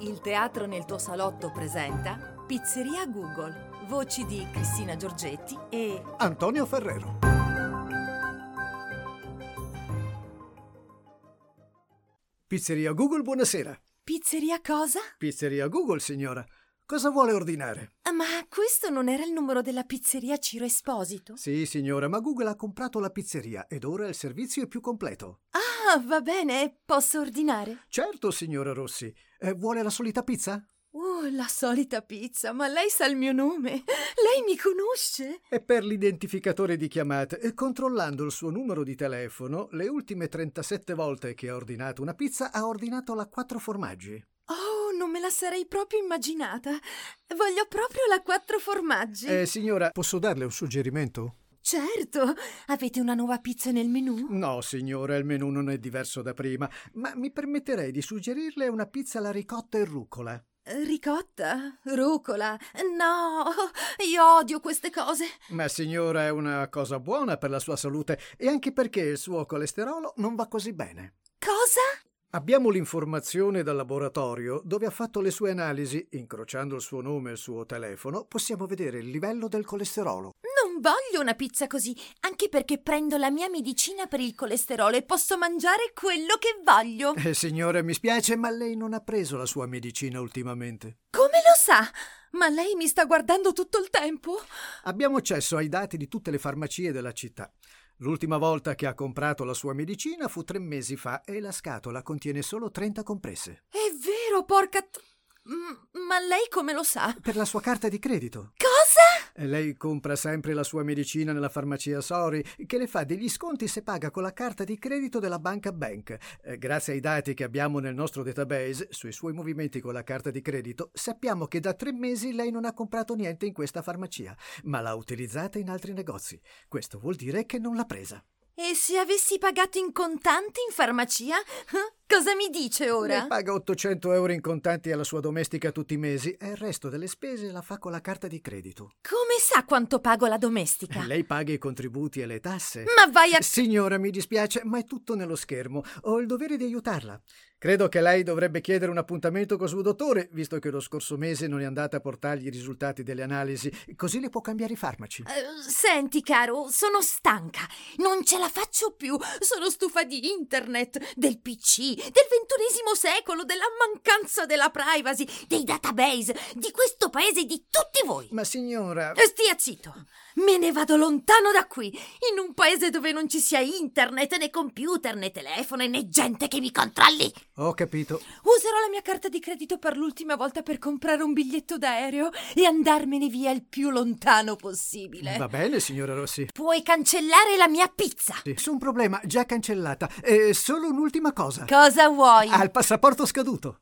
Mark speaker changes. Speaker 1: Il Teatro nel tuo salotto presenta Pizzeria Google. Voci di Cristina Giorgetti e
Speaker 2: Antonio Ferrero. Pizzeria Google, buonasera.
Speaker 1: Pizzeria cosa?
Speaker 2: Pizzeria Google, signora. Cosa vuole ordinare?
Speaker 1: Ma questo non era il numero della pizzeria Ciro Esposito?
Speaker 2: Sì, signora, ma Google ha comprato la pizzeria ed ora il servizio è più completo.
Speaker 1: Ah, va bene, posso ordinare?
Speaker 2: Certo, signora Rossi. Eh, vuole la solita pizza?
Speaker 1: Oh, la solita pizza, ma lei sa il mio nome? Lei mi conosce?
Speaker 2: E per l'identificatore di chiamate, e controllando il suo numero di telefono, le ultime 37 volte che ha ordinato una pizza ha ordinato la quattro formaggi.
Speaker 1: Oh, non me la sarei proprio immaginata. Voglio proprio la quattro formaggi.
Speaker 2: Eh, signora, posso darle un suggerimento?
Speaker 1: Certo, avete una nuova pizza nel menù?
Speaker 2: No, signora, il menù non è diverso da prima, ma mi permetterei di suggerirle una pizza alla ricotta e rucola.
Speaker 1: Ricotta? Rucola? No, io odio queste cose.
Speaker 2: Ma signora, è una cosa buona per la sua salute e anche perché il suo colesterolo non va così bene.
Speaker 1: Cosa?
Speaker 2: Abbiamo l'informazione dal laboratorio dove ha fatto le sue analisi. Incrociando il suo nome e il suo telefono, possiamo vedere il livello del colesterolo.
Speaker 1: Non voglio una pizza così, anche perché prendo la mia medicina per il colesterolo e posso mangiare quello che voglio.
Speaker 2: Eh, signora, mi spiace, ma lei non ha preso la sua medicina ultimamente.
Speaker 1: Come lo sa? Ma lei mi sta guardando tutto il tempo?
Speaker 2: Abbiamo accesso ai dati di tutte le farmacie della città. L'ultima volta che ha comprato la sua medicina fu tre mesi fa e la scatola contiene solo 30 compresse.
Speaker 1: È vero, porca... t- M- ma lei come lo sa?
Speaker 2: Per la sua carta di credito.
Speaker 1: Cosa?
Speaker 2: E lei compra sempre la sua medicina nella farmacia Sori, che le fa degli sconti se paga con la carta di credito della banca Bank. Eh, grazie ai dati che abbiamo nel nostro database sui suoi movimenti con la carta di credito, sappiamo che da tre mesi lei non ha comprato niente in questa farmacia, ma l'ha utilizzata in altri negozi. Questo vuol dire che non l'ha presa.
Speaker 1: E se avessi pagato in contanti in farmacia? Cosa mi dice
Speaker 2: Lei
Speaker 1: ora?
Speaker 2: paga 800 euro in contanti alla sua domestica tutti i mesi e il resto delle spese la fa con la carta di credito.
Speaker 1: Come sa quanto pago la domestica?
Speaker 2: Lei paga i contributi e le tasse.
Speaker 1: Ma vai a...
Speaker 2: Signora, mi dispiace, ma è tutto nello schermo. Ho il dovere di aiutarla. Credo che lei dovrebbe chiedere un appuntamento col suo dottore, visto che lo scorso mese non è andata a portargli i risultati delle analisi, così le può cambiare i farmaci.
Speaker 1: Eh, Senti, caro, sono stanca. Non ce la faccio più. Sono stufa di internet, del PC, del ventunesimo secolo, della mancanza della privacy, dei database, di questo paese e di tutti voi.
Speaker 2: Ma signora,
Speaker 1: E Stia zitto. Me ne vado lontano da qui, in un paese dove non ci sia internet, né computer, né telefono, né gente che mi controlli.
Speaker 2: ho capito.
Speaker 1: Userò la mia carta di credito per l'ultima volta per comprare un biglietto d'aereo e andarmene via il più lontano possibile.
Speaker 2: Va bene, signora Rossi.
Speaker 1: Puoi cancellare la mia pizza.
Speaker 2: Nessun problema, già cancellata. Eh, solo un'ultima cosa.
Speaker 1: Cosa vuoi?
Speaker 2: Al passaporto scaduto.